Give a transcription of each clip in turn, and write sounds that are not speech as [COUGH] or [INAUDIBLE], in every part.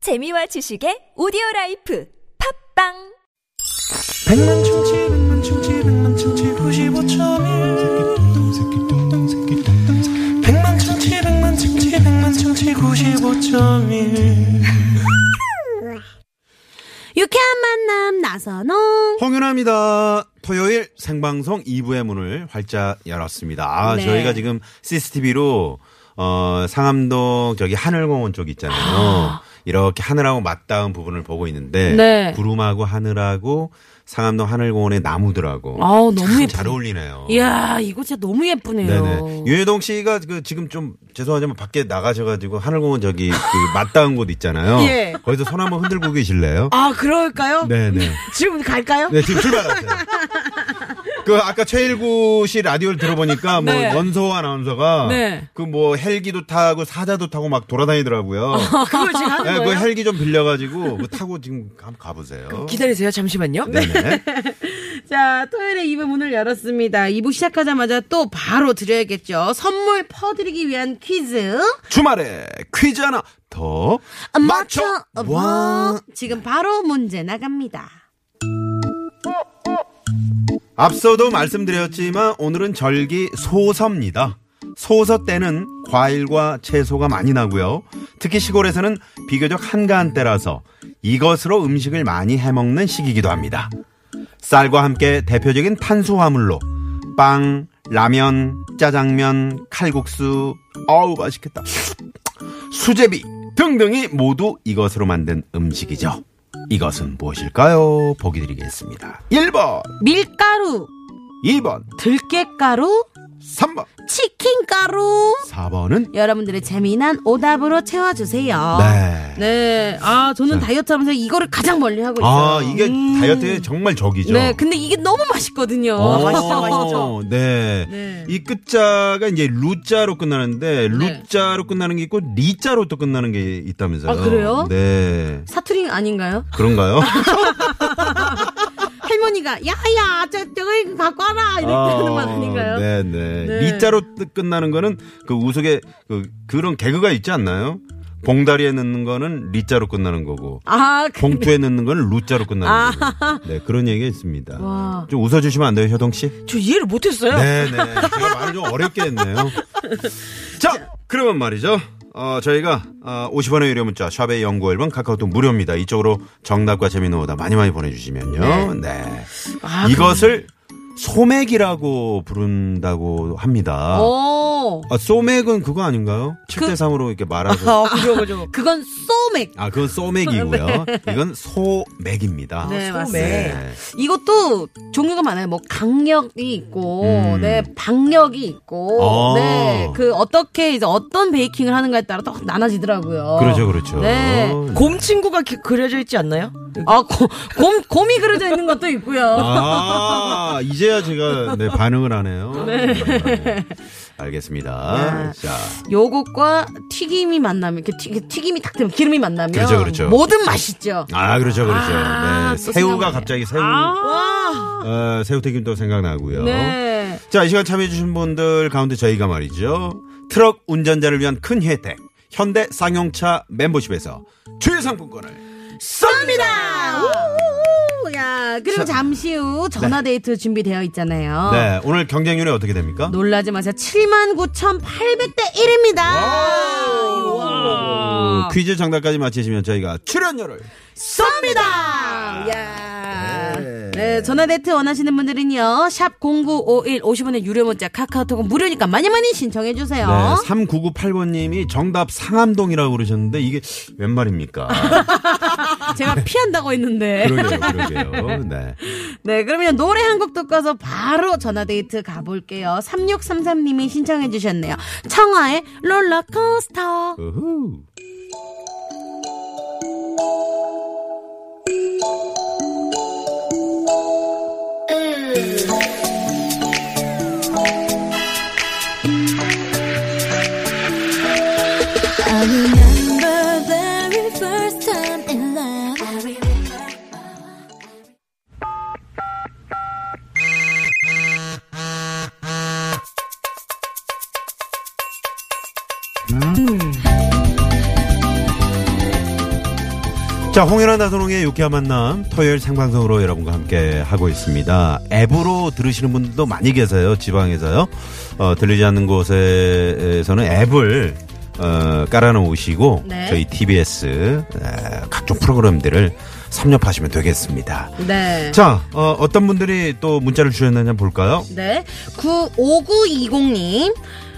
재미와 지식의 오디오 라이프 팝빵 백만 충치 백만 충치 백만 충치 95.1 백만 충치 백만 충치 백만 충치 95.1 유쾌한 만남 나선홍. 홍윤아입니다. 토요일 생방송 2부의 문을 활짝 열었습니다. 아, 네. 저희가 지금 CCTV로 어, 상암동 저기 하늘공원 쪽 있잖아요. 이렇게 하늘하고 맞닿은 부분을 보고 있는데 네. 구름하고 하늘하고 상암동 하늘공원의 나무들하고 아우 너무 참 예쁘. 잘 어울리네요. 이야 이거 진짜 너무 예쁘네요. 네네. 윤여동 씨가 그 지금 좀 죄송하지만 밖에 나가셔가지고 하늘공원 저기 그 맞닿은 곳 있잖아요. 예. 거기서 손 한번 흔들고 계실래요? 아 그럴까요? 네네. 지금 갈까요? 네, 지금 출발하세요. 그 아까 최일구 씨 라디오를 들어보니까 뭐 네. 원소 아나운서가 네. 그 뭐 헬기도 타고 사자도 타고 막 돌아다니더라고요. 그걸 지금 하는 네, 거예요? 그 헬기 좀 빌려가지고 그거 타고 지금 한번 가보세요. 기다리세요. 잠시만요. 네네. 자 토요일에 2부 문을 열었습니다. 2부 시작하자마자 또 바로 드려야겠죠. 선물 퍼드리기 위한 퀴즈. 주말에 퀴즈 하나 더 맞춰. 아, 뭐? 지금 바로 문제 나갑니다. 앞서도 말씀드렸지만 오늘은 절기 소서입니다. 소서 때는 과일과 채소가 많이 나고요. 특히 시골에서는 비교적 한가한 때라서 이것으로 음식을 많이 해먹는 시기이기도 합니다. 쌀과 함께 대표적인 탄수화물로 빵, 라면, 짜장면, 칼국수, 어우 맛있겠다. 수제비 등등이 모두 이것으로 만든 음식이죠. 이것은 무엇일까요? 보기 드리겠습니다. 1번, 밀가루, 2번, 들깨가루, 3번, 치킨가루. 4번은 여러분들의 재미난 오답으로 채워주세요. 네. 네. 아, 저는 다이어트 하면서 이거를 가장 멀리 하고 있어요. 아, 이게 다이어트에 정말 적이죠. 음. 네. 근데 이게 너무 맛있거든요. 어, 맛있죠, 맛있죠. 네. 네. 이 끝자가 이제 루자로 끝나는데 루자로 끝나는 게 있고 리자로 또 끝나는 게 있다면서요. 아, 그래요? 네. 사투리 아닌가요? [LAUGHS] 그런가요? 할머니가, 야, 야, 저, 저거 갖고 와라! 이렇게 하는 말 아닌가요? 네, 네. 네. 리자로 뜨- 끝나는 거는 그 우석에 그 그런 개그가 있지 않나요? 봉다리에 넣는 거는 리자로 끝나는 거고 아, 그, 봉투에 넣는 거는 루자로 아. 끝나는 거고. 네, 그런 얘기가 있습니다. 와. 좀 웃어 주시면 안 돼요, 효동 씨? 저 이해를 못했어요. 네네. 제가 말을 좀 어렵게 했네요. 자, 그러면 말이죠. 어, 저희가 어, 50원의 유료 문자 샵의 연구 앨범 카카오톡 무료입니다. 이쪽으로 정답과 재미있는 오다 많이 많이 보내주시면요. 네. 아, 그, 이것을 소맥이라고 부른다고 합니다. 어? 오. 아, 소맥은 그거 아닌가요? 7대3으로 이렇게 말아서. 아, 그죠, 그죠. 그건 소맥. 아, 그건 소맥이고요. 이건 아, 소맥입니다. 네, 소맥. 맞습니다. 이것도 종류가 많아요. 뭐 강력이 있고, 음. 네 박력이 있고, 어. 네 그 어떻게 이제 어떤 베이킹을 하는가에 따라 또 나눠지더라고요. 그렇죠, 그렇죠. 네. 곰 친구가 기- 그려져 있지 않나요? 아, 곰, 곰, 곰이 그려져 있는 것도 있고요. 아, 이제야 제가 네, 반응을 하네요. 네. 알겠습니다. 네. 자, 요것과 튀김이 만나면, 이렇게 튀, 튀김이 딱 되면 기름이 만나면. 그렇죠, 그렇죠. 뭐든 맛있죠. 아, 그렇죠, 그렇죠. 아, 네. 또 새우가 생각나네. 갑자기 새우, 아. 와. 어, 새우튀김도 생각나고요. 네. 자, 이 시간 참여해주신 분들 가운데 저희가 말이죠. 트럭 운전자를 위한 큰 혜택. 현대 쌍용차 멤버십에서 주유상품권을. 쏩니다! 우후! 야, 그리고 자. 잠시 후 전화데이트 준비되어 있잖아요. 네, 오늘 경쟁률이 어떻게 됩니까? 놀라지 마세요. 79,800대 1입니다. 오, 퀴즈 정답까지 맞히시면 저희가 출연료를. 쏩니다! 야 네. 전화데이트 원하시는 분들은요, 샵0951 50원의 유료 문자, 카카오톡은 무료니까 많이 많이 신청해주세요. 네, 3998번님이 정답 상암동이라고 그러셨는데 이게 웬 말입니까? 제가 피한다고 했는데. [LAUGHS] 그러게요, 그러게요. 네. 네, 그러면 노래 한 곡 듣고서 바로 전화데이트 가볼게요. 3633님이 신청해주셨네요. 청하의 롤러코스터. 우후. 자, 홍연한 나선홍의 유쾌한 만남 토요일 생방송으로 여러분과 함께 하고 있습니다. 앱으로 들으시는 분들도 많이 계세요. 지방에서요. 어, 들리지 않는 곳에서는 앱을 어, 깔아놓으시고 네. 저희 TBS 에, 각종 프로그램들을 섭렵하시면 되겠습니다. 네. 자, 어, 어떤 분들이 또 문자를 주셨는지 한번 볼까요? 네. 95920님.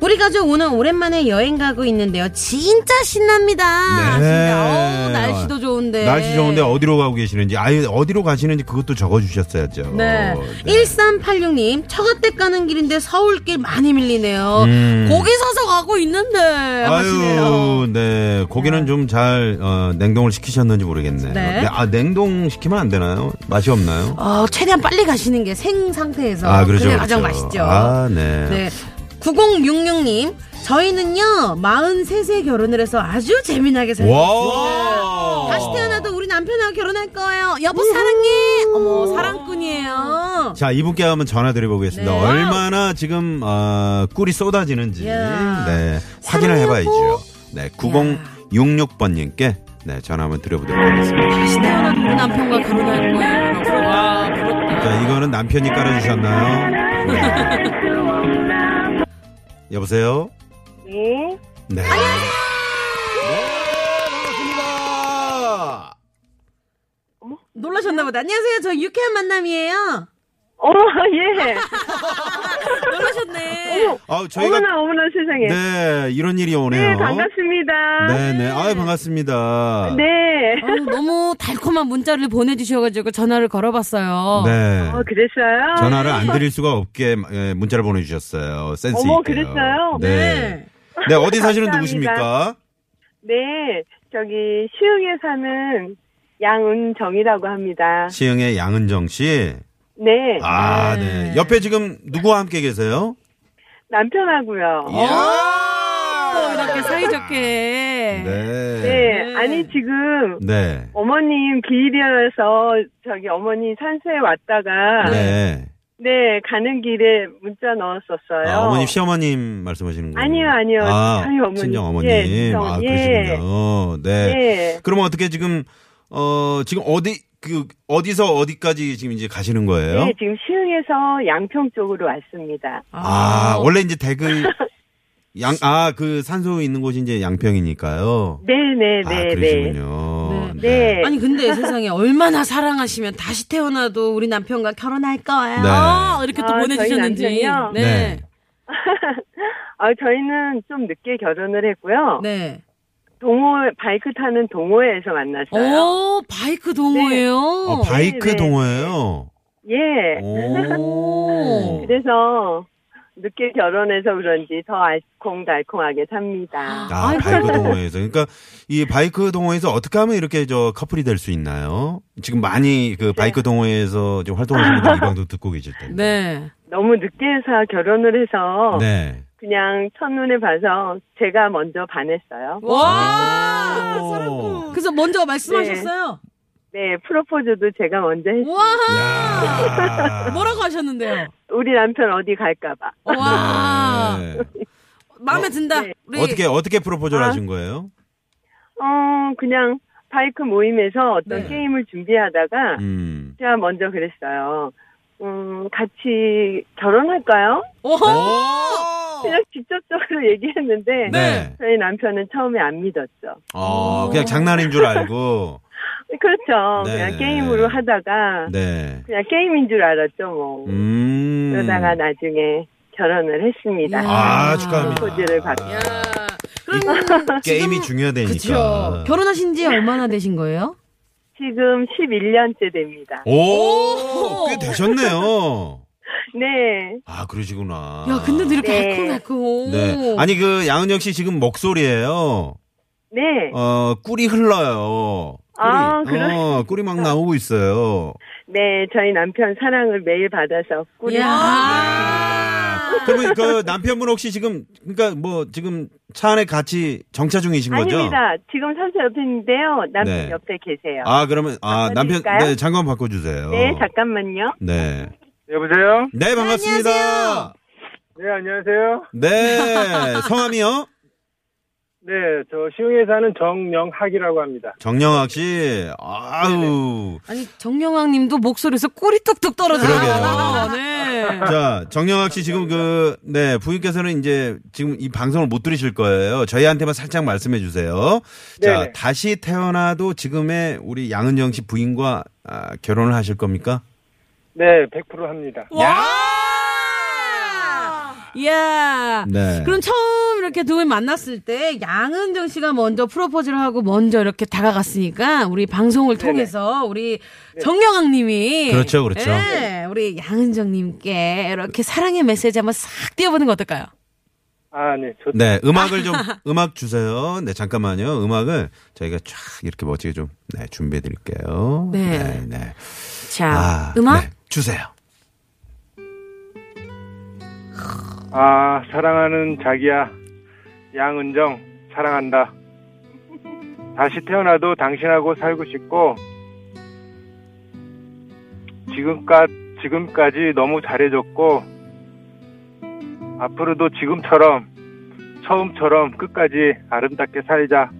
우리 가족 오늘 오랜만에 여행 가고 있는데요. 진짜 신납니다. 네. 진짜. 어우, 날씨도 좋은데. 날씨 좋은데 어디로 가고 계시는지, 아예 어디로 가시는지 그것도 적어주셨어야죠. 네. 1386님, 처갓댁 가는 길인데 서울길 많이 밀리네요. 음. 고기 사서 가고 있는데. 하시네요. 아유, 네. 고기는 좀 잘 어, 냉동을 시키셨는지 모르겠네요. 네. 네, 아, 냉동 시키면 안 되나요? 맛이 없나요? 어, 최대한 빨리 가시는 게 생 상태에서. 아, 그렇죠. 어, 그게 그렇죠. 가장 맛있죠. 아, 네. 네. 9066님, 저희는요, 43세 결혼을 해서 아주 재미나게 살고 와! 있습니다. 다시 태어나도 우리 남편하고 결혼할 거예요. 여보, 사랑해! 어머, 사랑꾼이에요. 자, 이분께 한번 전화드려보겠습니다. 네. 얼마나 지금, 어, 꿀이 쏟아지는지, 야. 네, 확인을 사랑해요. 해봐야죠. 네, 9066번님께, 네, 전화 한번 드려보도록 하겠습니다. 다시 태어나도 우리 남편과 결혼할 거예요. 부러워, 부럽다. 자, 네, 이거는 남편이 [LAUGHS] 깔아주셨나요? 네. 여보세요? 네. 네. 안녕하세요. 아, 반갑습니다. 아, 놀라셨나보다. 안녕하세요. 저 유쾌한 만남이에요. 어, 예. [LAUGHS] 놀라셨네. 아, 저희가 어머나, 어머나 세상에. 네, 네, 이런 일이 오네요. 반갑습니다. 네, 네. 아유, 반갑습니다. 네. 아유, 너무 달콤한 문자를 보내주셔가지고 전화를 걸어봤어요. 네. 어, 그랬어요? 전화를 안 드릴 수가 없게 예, 문자를 보내주셨어요. 센스 있게. 어머, 그랬어요? 네. 네, 어디 사시는 누구십니까? 네. 저기, 시흥에 사는 양은정이라고 합니다. 시흥의 양은정 씨. 네. 아, 네. 옆에 지금 누구와 함께 계세요? 남편하고요. 어, 이야. 이렇게 사이좋게. 네. 네. 아니, 지금, 네. 어머님 기일이어서 저기 어머니 산소에 왔다가 네. 네. 가는 길에 문자 넣었었어요. 아, 어머님, 시어머님 말씀하시는 거예요? 아니요, 아니요. 아, 저희 어머니. 친정 어머님. 예, 친정- 아, 예. 그러시군요. 네. 네. 그러면 어떻게 지금, 어, 지금 어디, 그, 어디서 어디까지 지금 이제 가시는 거예요? 네, 지금 시흥에서 양평 쪽으로 왔습니다. 아, 원래 이제 [LAUGHS] 댁을, 양, 아, 그 산소 있는 곳이 이제 양평이니까요. 네네네. 아, 그러시군요. 네. 네. 아니 근데 세상에 얼마나 사랑하시면 다시 태어나도 우리 남편과 결혼할 거예요. 네. 아, 이렇게 또 아, 보내주셨는지. 저희 남편이요? 네. 아, 저희는 좀 늦게 결혼을 했고요. 네. 동호, 바이크 타는 동호회에서 만났어요. 오 바이크 동호예요. 어, 바이크 네, 네. 동호예요. 예. [LAUGHS] 오. 네. 그래서 늦게 결혼해서 그런지 더 알콩달콩하게 삽니다. 아, 바이크 동호회에서. 그러니까 이 바이크 동호회에서 어떻게 하면 이렇게 저 커플이 될 수 있나요? 지금 많이 그 바이크 동호회에서 지금 활동하시는 [LAUGHS] 분들 이 방송 듣고 계실 텐데. 네. 너무 늦게 해서 결혼을 해서 네. 그냥 첫눈에 봐서 제가 먼저 반했어요. 와. 오. 그래서 먼저 말씀하셨어요. 네, 프로포즈도 제가 먼저 했어요. 와. 네. 야. 뭐라고 하셨는데요? 우리 남편 어디 갈까봐. 와. 네. 마음에 든다. 네. 우리 어떻게 어떻게 프로포즈를 아. 하신 거예요? 어, 그냥 바이크 모임에서 어떤 네. 게임을 준비하다가 음. 제가 먼저 그랬어요. 음, 같이 결혼할까요? 오. 어? 그냥 직접적으로 [LAUGHS] 얘기했는데 네. 저희 남편은 처음에 안 믿었죠. 어, 그냥 장난인 줄 알고. 그렇죠. 네. 그냥 게임으로 하다가 네. 그냥 게임인 줄 알았죠, 뭐. 음. 네, 그러다가 나중에 결혼을 했습니다. 아, 축하합니다. 아. 프로포즈를 받고. 야. 그럼 게임이 그렇죠. 중요하다니까. 결혼하신 지 얼마나 되신 거예요? 지금 11년째 됩니다. 오, 꽤 되셨네요. 네. 아, 그러시구나. 야, 근데 도 이렇게 네. 달콤달콤. 네. 아니, 그, 양은혁 씨 지금 목소리예요 네. 어, 꿀이 흘러요. 꿀이. 아, 그래? 어, 꿀이 막 나오고 있어요. 네, 저희 남편 사랑을 매일 받아서 꾸리 야. 그러면 [LAUGHS] 그 남편분 혹시 지금, 그러니까 뭐, 지금 차 안에 같이 정차 중이신 거죠? 아닙니다. 지금 산소 옆에 있는데요. 남편 네. 옆에 계세요. 아, 어. 그러면, 아, 남편, 바꿔드릴까요? 네, 잠깐 바꿔주세요. 네, 잠깐만요. 네. 여보세요? 네, 반갑습니다. 네, 안녕하세요. 네, 성함이요? 네, 저 시흥에 사는 정영학이라고 합니다. 정영학 [LAUGHS] 씨, 아우. 아니 정영왕님도 목소리에서 꿀이 뚝뚝 떨어져요. 그러게요. 네. 자, 정영학 씨 지금 그, 네, 부인께서는 이제 지금 이 방송을 못 들으실 거예요. 저희한테만 살짝 말씀해 주세요. 자, 네네. 다시 태어나도 지금의 우리 양은정 씨 부인과 아, 결혼을 하실 겁니까? 네, 100% 합니다. 이야. 네. 그럼 처음 이렇게 두 분 만났을 때 양은정 씨가 먼저 프로포즈를 하고 먼저 이렇게 다가갔으니까 우리 방송을 통해서 우리 정영학님이 네. 그렇죠, 그렇죠. 예, 우리 양은정님께 이렇게 사랑의 메시지 한번 싹 띄워보는 거 어떨까요? 아, 네, 좋 네, 음악을 좀, 음악 주세요. 네, 잠깐만요. 음악을 저희가 쫙 이렇게 멋지게 좀, 네, 준비해 드릴게요. 네. 네, 네. 자, 아, 음악 네, 주세요. 아, 사랑하는 자기야. 양은정, 사랑한다. 다시 태어나도 당신하고 살고 싶고, 지금까지, 지금까지 너무 잘해줬고, 앞으로도 지금처럼, 처음처럼 끝까지 아름답게 살자.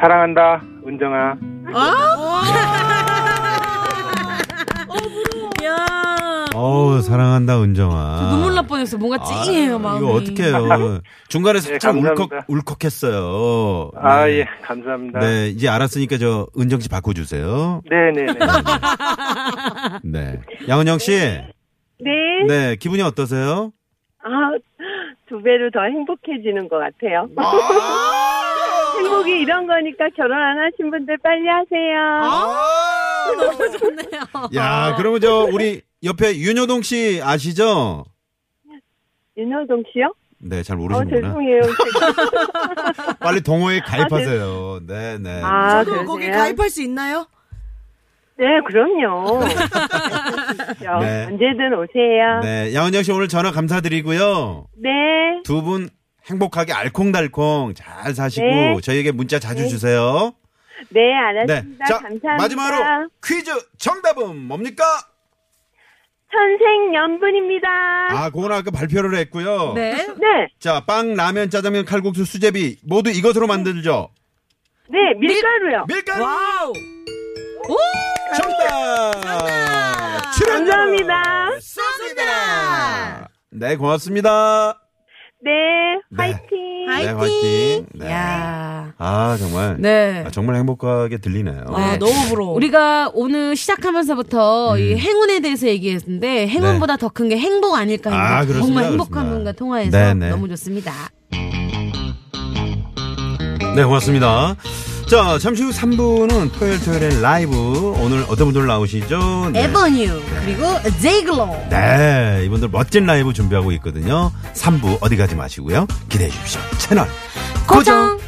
사랑한다, 은정아. 야 어우, 사랑한다, 네. 은정아. 눈물 날 뻔했어. 뭔가 아, 찡해요 마음이. 이거 어떡해요. [LAUGHS] 중간에 살짝 감사합니다. 울컥, 울컥했어요. 아, 네. 예, 감사합니다. 네, 이제 알았으니까 저 은정 씨 바꿔주세요. 네네네. 아. 네. 양은영 씨. 네. 네, 기분이 어떠세요? 아, 두 배로 더 행복해지는 것 같아요. [LAUGHS] 행복이 이런 거니까 결혼 안 하신 분들 빨리 하세요. 너무 좋네요. 야, 그러면 저 우리 옆에 윤효동 씨 아시죠? 윤호동 씨요? 네, 잘 어, 모르시는구나. 죄송해요. [LAUGHS] 빨리 동호회 가입하세요. 네, 네. 아, 저도 거기 그러세요? 가입할 수 있나요? 네, [LAUGHS] 그럼요. 그렇죠. 네. 언제든 오세요. 네, 양은영 씨 오늘 전화 감사드리고요. 네. 두 분 행복하게 알콩달콩 잘 사시고 네. 저희에게 문자 자주 주세요. 네, 네. 알았습니다. 자, 감사합니다. 마지막으로 퀴즈 정답은 뭡니까? 천생연분입니다. 아, 그건 아까 발표를 했고요. 네. 네, 자, 빵, 라면, 짜장면, 칼국수, 수제비 모두 이것으로 만들죠. 네, 밀가루요. 밀가루 와우. 정답! 출연료 감사합니다. 쏩니다! 네, 고맙습니다. 네, 네. 화이팅. 네, 화이팅. 네. 야. 아, 정말. 네. 아, 정말 행복하게 들리네요. 아, 너무 부러워. 우리가 오늘 시작하면서부터 음. 이 행운에 대해서 얘기했는데 행운보다 더 큰 게 행복 아닐까 네. 아, 합니다. 그렇습니다, 정말 그렇습니다. 행복한 분과 통화해서 네, 네. 너무 좋습니다. 네, 고맙습니다. 자, 잠시 후 3부는 토요일 토요일엔 라이브. 오늘 어떤 분들 나오시죠? 네. 에버뉴 그리고 제이글로 네, 이분들 멋진 라이브 준비하고 있거든요. 3부 어디 가지 마시고요. 기대해 주십시오. 채널 고정.